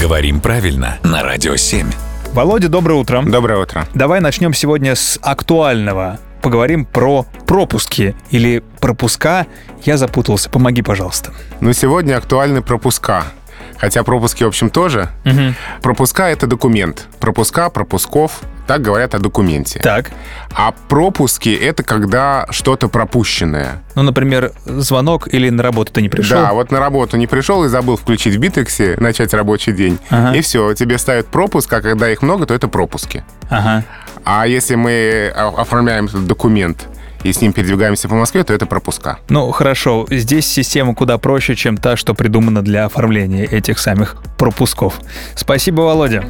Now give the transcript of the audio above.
Говорим правильно на Радио 7. Володя, доброе утро. Доброе утро. Давай начнем сегодня с актуального. Поговорим про пропуски или пропуска. Я запутался. Помоги, пожалуйста. Но Ну, сегодня актуальны пропуска. Хотя пропуски, в общем, тоже. Пропуска — это документ. Пропуска, пропусков — так говорят о документе. Так. А пропуски — это когда что-то пропущенное. Ну, например, звонок или на работу ты не пришел. Да, вот на работу не пришел и забыл включить в битексе, начать рабочий день. Ага. И все, тебе ставят пропуск, а когда их много, то это пропуски. Ага. А если мы о- оформляем этот документ и с ним передвигаемся по Москве, то это пропуска. Ну, хорошо. Здесь система куда проще, чем та, что придумана для оформления этих самых пропусков. Спасибо, Володя.